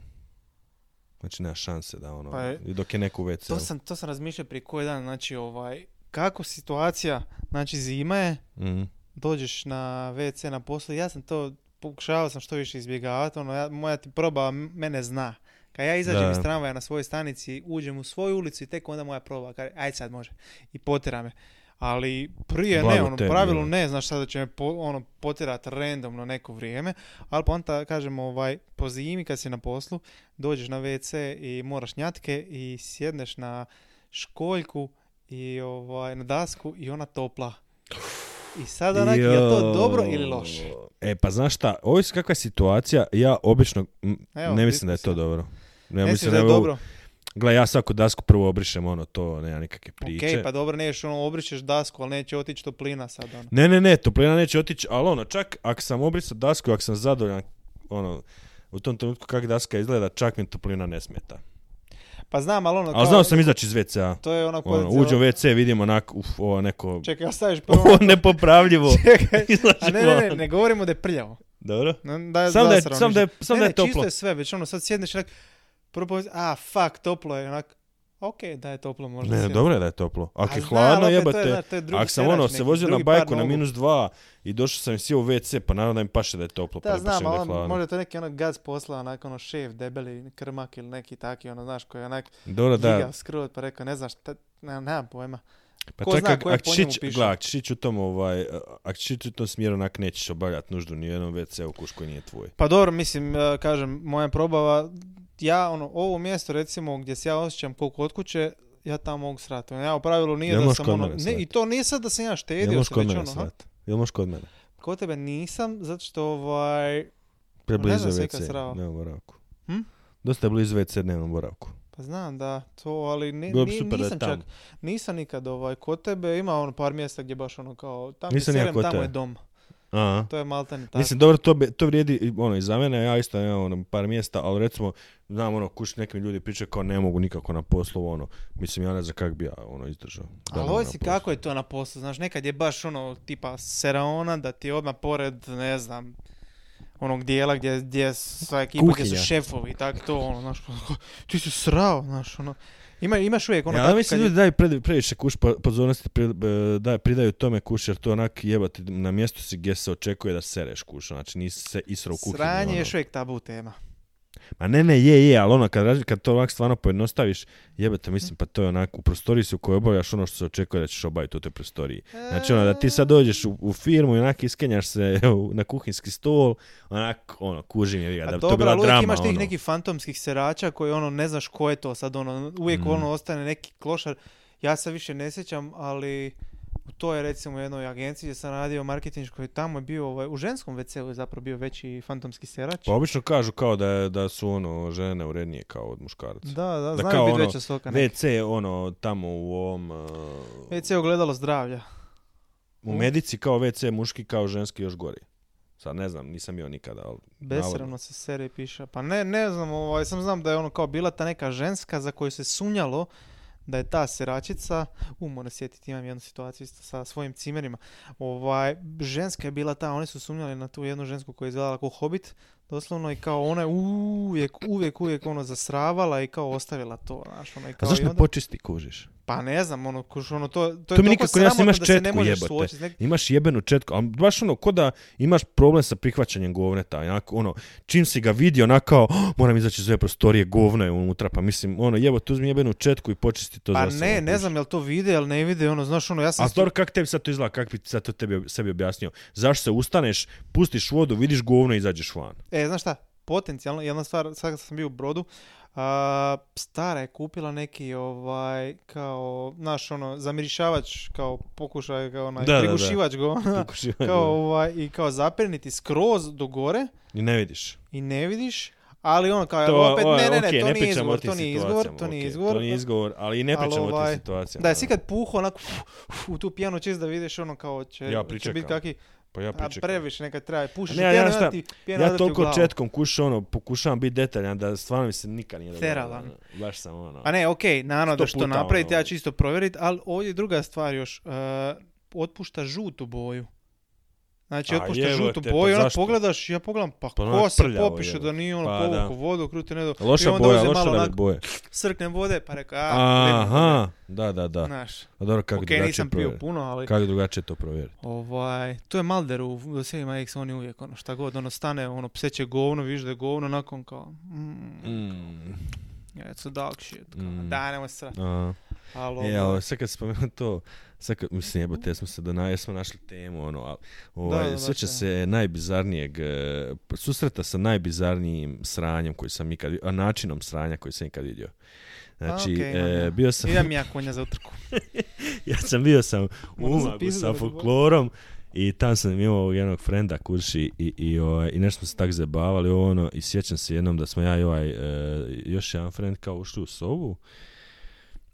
S1: Znači, nema šanse da ono,
S2: Pa je-
S1: i dok je neko u WC-u.
S2: To sam, to sam razmišljao prije koji dan, znači, ovaj, kako situacija, znači, zima je,
S1: Mhm.
S2: dođeš na WC na poslu, ja sam to, pokušavao sam što više izbjegavati, ono, ja, moja ti proba m- mene zna. Kad ja izađem
S1: Da.
S2: iz tramvaja na svojoj stanici, uđem u svoju ulicu i tek onda moja proba, kaže, aj sad može, i potjera me. Ali prije ne,
S1: Blago
S2: ono,
S1: tebi,
S2: pravilu
S1: ono.
S2: ne, znaš sada će me po, ono, potjerati randomno neko vrijeme, ali onda kažem, ovaj, po zimi kad si na poslu, dođeš na WC i moraš njatke i sjedneš na školjku i ovaj, na dasku i ona topla. I sad onak, je to dobro ili loše?
S1: E, pa znaš šta, ovis kakva je situacija, ja obično m,
S2: Evo,
S1: ne mislim da je to
S2: diskusija.
S1: dobro.
S2: Ne
S1: Ne,
S2: misliš da je
S1: ovo-
S2: dobro?
S1: Gle, ja svaku dasku prvo obrišem, ono, to nema nikakve priče.
S2: Ok, pa dobro, ne ješ ono, obrišeš dasku, ali neće otići toplina sad ono.
S1: Ne, ne, ne, toplina neće otići, ali ono, čak ako sam obrisao dasku, ako sam zadovoljan, ono, u tom trenutku kako daska izgleda, čak mi toplina ne smeta.
S2: Pa znam, ali ono,
S1: Ali znao sam izaći iz WC-a.
S2: to je ono koje...
S1: Ono, uđe u WC, vidim onak, uf, ovo neko,
S2: Čekaj, ostaviš prvo...
S1: ovo nepopravljivo.
S2: Čekaj,
S1: Izlazi
S2: a ne, ne, ne,
S1: van.
S2: ne govorimo da je prljavo.
S1: Dobro?
S2: No, Da je
S1: Samo da je-
S2: zasrano
S1: samo da je-
S2: ništa.
S1: samo
S2: Ne,
S1: da je
S2: ne,
S1: toplo.
S2: čisto je sve, već ono, sad sjedneš i onak, prvo pomisliš, a, fuck, toplo je, onak, ok, da je toplo možda.
S1: Ne,
S2: sjedneš.
S1: dobro je da je toplo. Ako
S2: A
S1: je
S2: znam,
S1: hladno,
S2: opet to je,
S1: jebate.
S2: znaš, to je drugi
S1: Ako sam
S2: terač
S1: ono se
S2: neki,
S1: vozio na
S2: drugi par
S1: bajku na
S2: nogu.
S1: minus dva i došao sam i sjeo u WC, pa naravno da mi paše da je toplo. pa
S2: Da, znam,
S1: paše da je
S2: ali ono,
S1: hladno.
S2: možda je to neki ono gaz posla, onak, ono, šef, debeli, krmak ili neki taki, ono, znaš, koji je onak,
S1: Dobro, da.
S2: gigav skrut, pa rekao, ne znaš, šta, ne, nemam pojma.
S1: Pa
S2: Ko
S1: čak,
S2: zna
S1: ak-
S2: ko je
S1: ak
S2: po njemu
S1: Čić-
S2: piše.
S1: gle, ak Čić u tom, ovaj, ak Čić u tom smjeru onak nećeš obavljati nuždu ni u jednom WC-u kuš koji nije tvoj.
S2: Pa dobro, mislim, e, kažem, moja probava, ja ono, ovo mjesto recimo gdje se ja osjećam koliko od kuće, ja tamo mogu srati. Ja u pravilu nije
S1: Ne
S2: da
S1: možeš
S2: sam
S1: kod
S2: ono,
S1: mene
S2: ne, i
S1: srat.
S2: to nije sad da sam ja
S1: Jel
S2: štedio
S1: možeš
S2: se
S1: kod
S2: već
S1: mene
S2: ono, ha?
S1: srat? Jel možeš kod mene?
S2: Kod tebe nisam, zato što ovaj,
S1: Preblizu
S2: znam se nikad
S1: WC,
S2: srao.
S1: dnevnom boravku.
S2: Hm?
S1: Dosta je blizu WC dnevnom boravku.
S2: pa znam da, to, ali ne,
S1: Bilo bi
S2: ni-
S1: super da je
S2: nisam
S1: tamo.
S2: čak, nisam nikad ovaj, kod tebe, ima ono par mjesta gdje baš ono kao, tam gdje
S1: Nisam ni ja
S2: serem,
S1: kod
S2: tamo
S1: tebe.
S2: je dom. Hm?
S1: Aha.
S2: To je maltene tako.
S1: Mislim, dobro, to, bi- to vrijedi i, ono, i za mene, ja isto imam ono, par mjesta, ali recimo, znam, ono, kuš neki ljudi pričaju kao ne mogu nikako na poslu, ono, mislim, ja ne znam kak bi ja, ono, izdržao. Da
S2: Ali
S1: mogu
S2: ovo
S1: na
S2: si
S1: poslu.
S2: kako je to na poslu, znaš, nekad je baš ono tipa seraona da ti je odmah pored, ne znam, onog dijela gdje, gdje sva ekipa gdje su
S1: Kuhinja.
S2: šefovi i tako to, ono, znaš, ono, ti si srao, znaš, ono. Ima, imaš uvijek ono
S1: ja,
S2: tako
S1: ali mislim,
S2: kad je-
S1: ljudi daju pred- previše kuš po- pozornosti, pri, e, daj, pridaju tome kuš, jer to onak jebati na mjestu si gdje se očekuje da sereš kuš, znači ono, nisi se isro u kuhinju.
S2: Sranje je
S1: ono.
S2: još uvijek tabu tema.
S1: Ma ne, ne, je, je, ali ono, kad, raz- kad to ovak stvarno pojednostaviš, jebete, mislim, pa to je onako, u prostoriji si u kojoj obavljaš ono što se očekuje da ćeš obaviti u toj prostoriji. Znači, ono, da ti sad dođeš u, u firmu i onak iskenjaš se u- na kuhinski stol, onak, ono, kužim je, ga,
S2: A
S1: da bi to
S2: Pa dobro,
S1: bila
S2: ali uvijek
S1: drama,
S2: imaš tih
S1: ono.
S2: nekih fantomskih serača koji ono ne znaš ko je to sad ono, uvijek
S1: Mm.
S2: ono ostane neki klošar. Ja se više ne sjećam, ali u toj recimo jednoj agenciji gdje sam radio marketinškoj, tamo je bio ovaj, u ženskom WC-u je zapravo bio veći fantomski serač.
S1: Pa obično kažu kao da, je- da su, ono, žene urednije kao od muškaraca.
S2: Da, da,
S1: Da
S2: znaju
S1: kao
S2: biti
S1: ono,
S2: veća stoka. neka. E,
S1: WC, ono, tamo u ovom... uh,
S2: WC je ogledalo zdravlja.
S1: U medici kao WC muški, kao ženski još gori. Sad ne znam, nisam bio nikada, ali... navodno.
S2: Besramno se serije piše. Pa ne, ne znam, ovaj, sam znam da je ono kao bila ta neka ženska za koju se sunjalo da je ta seračica, u moram sjetiti, imam jednu situaciju isto sa svojim cimerima, ovaj, ženska je bila ta, oni su sumnjali na tu jednu žensku koja je izgledala kao hobit, doslovno i kao ona je uvijek, uvijek, uvijek ono zasravala i kao ostavila to, znaš, ono i
S1: A
S2: kao
S1: zašto
S2: i
S1: ne
S2: onda-
S1: počisti, kužiš?
S2: pa ne znam, ono, kuš, ono, to, to, je
S1: mi
S2: toliko
S1: nikako jasno,
S2: sramotno
S1: imaš
S2: da se ne
S1: četku,
S2: možeš
S1: jebote.
S2: suočiti s nekim-
S1: Imaš jebenu četku, a baš ono, ko da imaš problem sa prihvaćanjem govneta, onako, ono, čim si ga vidio, onako, kao, "Oh, moram izaći iz ove prostorije, govno je unutra, pa mislim, ono, jebo, tu uzmi jebenu četku i počisti to
S2: Pa
S1: za
S2: ne,
S1: sobom,
S2: ne
S1: kužiš.
S2: znam jel to vide, jel ne vide, ono, znaš, ono, ja sam...
S1: A
S2: sto-
S1: stvarno, kak tebi sad to izgleda, kak bi sad to tebi, sebi objasnio? Zašto se ustaneš, pustiš vodu, vidiš govno i izađeš van?
S2: E, znaš šta, potencijalno, jedna stvar, sad kad sam bio u brodu, a, stara je kupila neki ovaj, kao, znaš, ono, zamirišavač, kao pokušaj, kao onaj,
S1: Da, da, da.
S2: prigušivač go, ono,
S1: Kužiš,
S2: kao ovaj, i kao zaperniti skroz do gore
S1: I ne vidiš.
S2: i ne vidiš, ali ono, kao,
S1: To,
S2: opet,
S1: o,
S2: ne, ne, ne,
S1: okej,
S2: to nije
S1: pričamo o
S2: izgovor,
S1: tim
S2: to nije izgovor,
S1: situacijama, okej,
S2: to nije izgovor.
S1: To nije izgovor, ali i ne
S2: Ali,
S1: pričamo o
S2: ovaj,
S1: tim situacijama. ono.
S2: Da, jesi kad puho onako u tu pijanu čist da vidiš ono kao će,
S1: Ja
S2: će
S1: pričekam.
S2: biti kaki,
S1: Pa ja
S2: a
S1: pričekam.
S2: previše neka traje, pušiš
S1: Ne,
S2: u
S1: ja
S2: pijanu i
S1: šta,
S2: onda ti pijana
S1: Ja
S2: udari ti u
S1: toliko
S2: glavu.
S1: četkom kušao, ono, pokušavam biti detaljan, da stvarno mi se nikad nije dogodilo,
S2: Teralan.
S1: ono. Baš sam ono.
S2: A ne, okej, naravno
S1: Sto
S2: da što
S1: puta,
S2: napraviti,
S1: ono.
S2: ja ću isto provjeriti, ali ovdje je druga stvar još. e, otpušta žutu boju. Znači,
S1: A
S2: otpušta
S1: jebote,
S2: žutu
S1: pa
S2: boju, i onda
S1: zašto?
S2: pogledaš, ja pogledam, pa,
S1: Pa ono
S2: ko
S1: je
S2: se
S1: prljavo,
S2: popiše
S1: jebote.
S2: da nije ono
S1: Pa,
S2: povukao vodu, krute, ne do... i
S1: Loša
S2: onda
S1: boja,
S2: uzem
S1: loša
S2: malo
S1: red
S2: onako,
S1: boje.
S2: srknem vode, pa rekao, a, lemon,
S1: Aha, da, da, da.
S2: znaš.
S1: A dobro, kako
S2: Ok,
S1: drugačije
S2: nisam pio
S1: provjeriti?
S2: puno, ali
S1: Kako drugačije to provjeriti?
S2: ovaj, to je Malder u dosjerima X, on je uvijek ono, šta god, ono, stane, ono, pseće govno, viš da je govno, nakon kao, mm,
S1: Mm.
S2: yeah, it's a dog shit, kao,
S1: Mm.
S2: da, nemoj srati,
S1: A.
S2: ali,
S1: E,
S2: ovaj,
S1: ali sad kad spomenuo to, sad kad, mislim, jebote, smo se dona, jesmo našli temu, ono, ali,
S2: Da,
S1: ovaj,
S2: da,
S1: sjeća
S2: da.
S1: se najbizarnijeg, e, susreta sa najbizarnijim sranjem koji sam ikad, vi- a načinom sranja koji sam ikad vidio. Znači,
S2: okej, imam
S1: e,
S2: ja.
S1: bio sam,
S2: Idem ja konja za utrku.
S1: ja sam bio sam u
S2: Moram
S1: umagu
S2: zapisat
S1: sa
S2: da bi-
S1: folklorom i tam sam imao ovog jednog frenda kurši i, i, ovaj, i nešto smo se tak zabavali ovo ono i sjećam se jednom da smo ja i ovaj e, još jedan frend kao ušli u sobu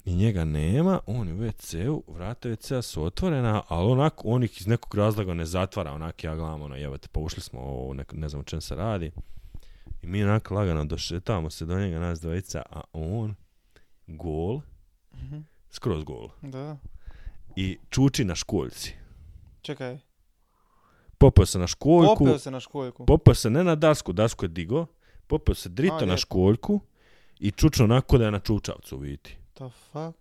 S1: i njega nema, on je u WC-u, vrata WC-a su otvorena, ali onako, on ih iz nekog razloga ne zatvara, onak ja gledam, ono, jebate, pa ušli smo, ovo, ne, ne znam o čem se radi. I mi onako lagano došetavamo se do njega, nas dvojica, a on, gol,
S2: Mhm.
S1: skroz gol,
S2: Da.
S1: i čuči na školjci.
S2: Čekaj.
S1: Popeo se na školjku,
S2: Popeo se na školjku.
S1: popeo se ne na dasku, dasku je digo, popeo se drito
S2: A,
S1: na
S2: lijepo.
S1: školjku i čučno onako da je na čučavcu u biti.
S2: The fuck?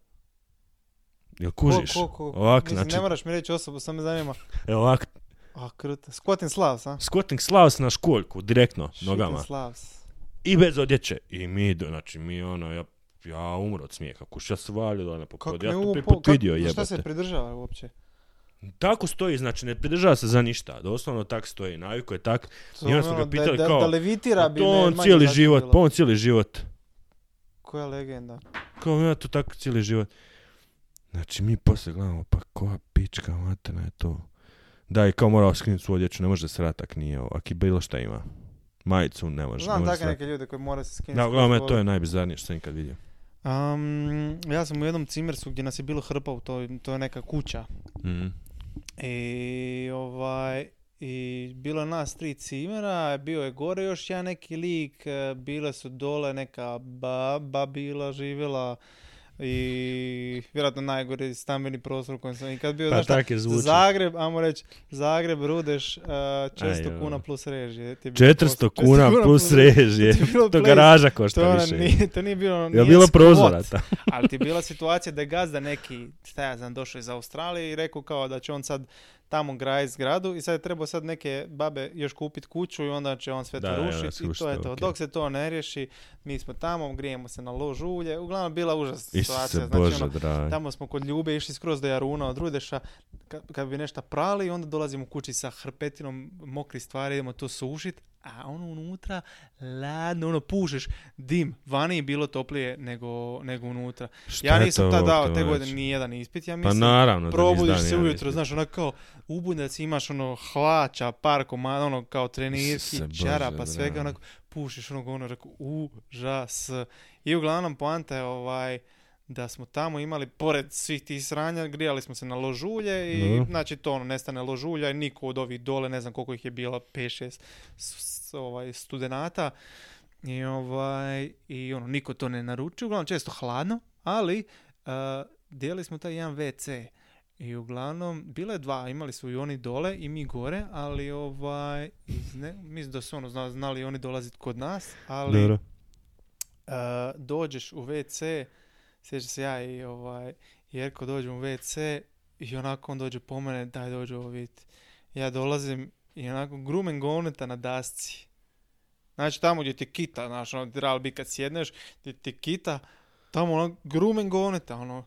S1: Jel
S2: Ko-
S1: kužiš?
S2: ko- ko-
S1: Ovak,
S2: Mislim,
S1: znači,
S2: ne moraš mi reći osobu, samo me zanima.
S1: evo ovak,
S2: A, krute. Squatting slavs, a?
S1: Squatting Slavs na školjku, direktno, nogama.
S2: Shooting slavs.
S1: I bez odjeće. I mi, do- znači, mi ono, ja, ja umro od smijeha, kuš, ja se valio da ne popod, ja
S2: ne
S1: to
S2: ovo
S1: prvi
S2: po-
S1: put
S2: kak-
S1: vidio
S2: Šta se
S1: jebate.
S2: pridržava uopće?
S1: Tako stoji, znači, ne pridržava se za ništa, doslovno tak stoji, naviku je tak,
S2: To
S1: I onda
S2: ono,
S1: smo ga
S2: da-
S1: pitali
S2: da,
S1: kao,
S2: Da levitira bi
S1: to
S2: me
S1: on
S2: manje
S1: cijeli
S2: začudilo.
S1: život, pa on cijeli život.
S2: Koja legenda.
S1: Kao ja to tako cijeli život. Znači mi poslije gledamo, pa koja pička materna je to. Da, i kao morao skinuti svoju odjeću, ne može da sratak nije ovo, aki bilo šta ima. Majicu ne može, ne
S2: Znam
S1: može
S2: takve
S1: sratak.
S2: neke ljude koji moraju se skinuti.
S1: Pa Da,
S2: s
S1: uglavnom, to
S2: kontrole.
S1: je najbizarnije što sam ikad vidio.
S2: Am, ja sam u jednom cimersu gdje nas je bilo hrpa u toj, to je neka kuća.
S1: Mhm.
S2: I ovaj i bilo je nas tri cimera, bio je gore još jedan neki lik, e, bile su dole neka baba bila živjela i vjerojatno najgori stambeni prostor u kojem sam ikad bio.
S1: Pa
S2: Znaš šta,
S1: tak je zvuči.
S2: Zagreb, ajmo reći, Zagreb, Rudeš, e, 400
S1: joj.
S2: kuna plus režije. ti je bilo
S1: 400
S2: posao.
S1: kuna plus režije.
S2: To je bilo
S1: To
S2: place.
S1: garaža
S2: To,
S1: košta
S2: ono
S1: više.
S2: nije, to nije bilo...
S1: Je
S2: nije
S1: bilo
S2: squat.
S1: prozora ta?
S2: Ali ti je bila situacija da je gazda neki, šta ja znam, došao iz Australije i rekao kao da će on sad tamo graj zgradu i sad je trebao sad neke babe još kupiti kuću i onda će on sve
S1: Da,
S2: to
S1: da, da,
S2: rušiti i to
S1: srušite,
S2: je to.
S1: ok.
S2: Dok se to ne riješi, mi smo tamo, grijemo se na lož ulje. Uglavnom bila užasna
S1: Isuse,
S2: situacija.
S1: Bože,
S2: ono,
S1: dragi.
S2: tamo smo kod Ljube išli skroz do Jaruna od Rudeša, kad, kad bi nešto prali, onda dolazimo kući sa hrpetinom mokri stvari, idemo to sušit, a ono unutra, ladno, ono pušeš dim, vani je bilo toplije nego, nego unutra.
S1: Šta
S2: ja
S1: je
S2: nisam
S1: to
S2: tad
S1: ovo,
S2: dao
S1: to
S2: te
S1: već?
S2: godine nijedan ispit, ja
S1: Pa
S2: mislim.
S1: naravno, da
S2: probudiš
S1: nisi dan
S2: se
S1: jedan
S2: ujutro,
S1: ispit.
S2: znaš, ono kao ubunjac imaš ono hlača, par komada, ono kao trenirki,
S1: Isuse Bože,
S2: čarapa, svega,
S1: dragi.
S2: onako pušiš onog ono, rekao, užas. I uglavnom poanta je ovaj, da smo tamo imali, pored svih tih sranja, grijali smo se na ložulje i
S1: No.
S2: znači to ono, nestane ložulja i niko od ovih dole, ne znam koliko ih je bilo, 5-6 s- s- ovaj, studenata i, ovaj, i ono, niko to ne naruči, uglavnom često hladno, ali uh, dijeli smo taj jedan WC i uglavnom, bilo je dva, imali su i oni dole i mi gore, ali ovaj, iz ne, mislim da su ono zna- znali oni dolaziti kod nas, ali
S1: Dobro.
S2: E, dođeš u WC, sjećam se ja i ovaj, Jerko dođe u WC i onako on dođe po mene, daj dođe ovo vidjeti. Ja dolazim i onako grumen govneta na dasci. Znači tamo gdje ti je kita, znaš, ono, trebalo bi kad sjedneš, gdje ti je kita, tamo ono, grumen govneta, ono,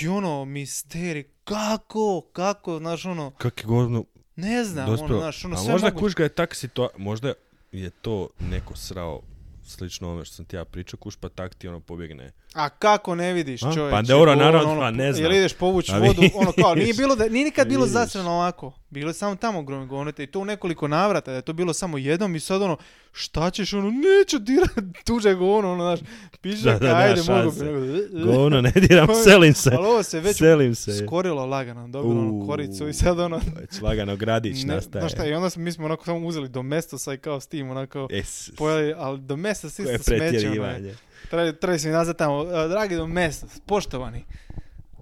S2: i ono, misteri, kako, kako, znaš, ono,
S1: Kak je govno
S2: ne znam, ono,
S1: dospjelo.
S2: znaš, ono,
S1: A
S2: sve
S1: pa možda
S2: moguće.
S1: kuš ga je tak situacija, možda je to neko srao slično ovome što sam ti ja pričao, kuš pa tak ti ono pobjegne.
S2: A kako ne vidiš,
S1: A?
S2: čovječe?
S1: Pa dobro,
S2: Ono,
S1: naravno,
S2: ono,
S1: pa ne znam.
S2: Jel ideš povući
S1: A
S2: vodu, ono kao, nije
S1: vidiš.
S2: bilo da, nije nikad bilo
S1: Vidiš.
S2: zasrano ovako. Bilo je samo tamo gromne govnete i to u nekoliko navrata, da je to bilo samo jednom i sad ono, šta ćeš, ono, neću dirat tuđe govno, ono, znaš, piše,
S1: Da, da, nema
S2: ajde, mogu bi,
S1: šanse.
S2: nego, eh, eh.
S1: Govno, ono, ne diram, selim se.
S2: Ali ovo se već
S1: Selim se. je.
S2: skorilo lagano, dobilo ono
S1: Uuu.
S2: koricu i sad ono,
S1: Već lagano gradić
S2: ne,
S1: nastaje.
S2: znaš šta, i onda smo, mi smo onako samo uzeli do mestosa i kao s tim, onako,
S1: Es,
S2: pojeli, ali do mesta se
S1: koje
S2: isto smeće, ono, je.
S1: pretjerivanje.
S2: Treba, treba se mi nazad tamo, e, dragi Domestos, poštovani.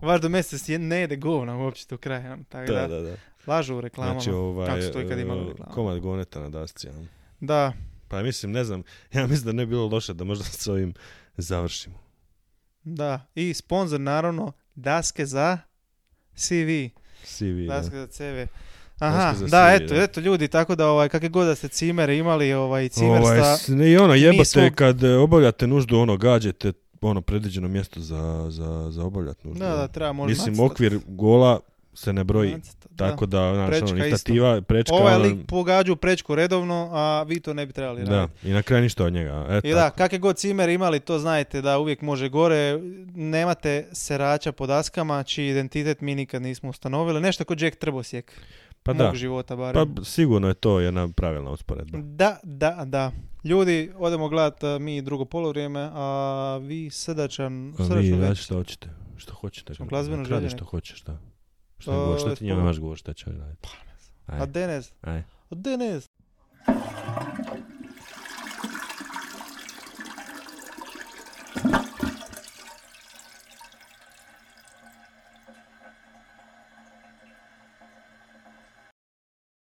S2: Vaš Domestos je, ne jede govna uopće do kraja, ono, tako da,
S1: Da, da, da.
S2: lažu u reklamama.
S1: Znači, ovaj,
S2: Kako su to ikad imali u
S1: eh,
S2: reklamama?
S1: komad goneta na dasci. ja.
S2: Da,
S1: Pa mislim, ne znam, ja mislim da ne bi bilo loše da možda s ovim završimo.
S2: da. I sponsor naravno, daske za CV.
S1: CV. da.
S2: Daske za CV. Aha,
S1: za
S2: da,
S1: CV,
S2: eto,
S1: da.
S2: eto ljudi, tako da ovaj, kakve god da ste cimere imali, ovaj, cimerstva,
S1: Ovaj, s- ne, I ono, jebate,
S2: smo-
S1: kad eh, obavljate nuždu, ono, gađete ono predviđeno mjesto za, za, za obavljat nuždu. ono.
S2: da, da, treba možda
S1: Mislim,
S2: nacrtat.
S1: okvir gola se ne broji.
S2: Nacrtat, da.
S1: Tako da, znači,
S2: Prečka
S1: ono,
S2: isto.
S1: inicijativa, prečka,
S2: Ovaj
S1: ono,
S2: lik pogađa u prečku redovno, a vi to ne bi trebali raditi.
S1: da, i na kraju ništa od njega. E,
S2: I da, kakve god cimer imali, to znajte da uvijek može gore. Nemate serača po daskama, čiji identitet mi nikad nismo ustanovili. Nešto kod Jack Trbosjek.
S1: pa
S2: mog
S1: da,
S2: života
S1: pa
S2: barem.
S1: sigurno je to jedna pravilna usporedba.
S2: Da, da, da. Ljudi, odemo gledat a, mi drugo polovrijeme, a vi
S1: A
S2: srdačan,
S1: vi
S2: srdačnu
S1: radite
S2: večer.
S1: što hoćete, što hoćete.
S2: Ćemo
S1: Radi
S2: glazbeno ovaj želje
S1: što
S2: neko.
S1: hoćeš, šta? Šta,
S2: A,
S1: govoriš, šta ti njome
S2: spolu.
S1: imaš govor, šta će raditi?
S2: A Denes,
S1: Aj.
S2: a Denes.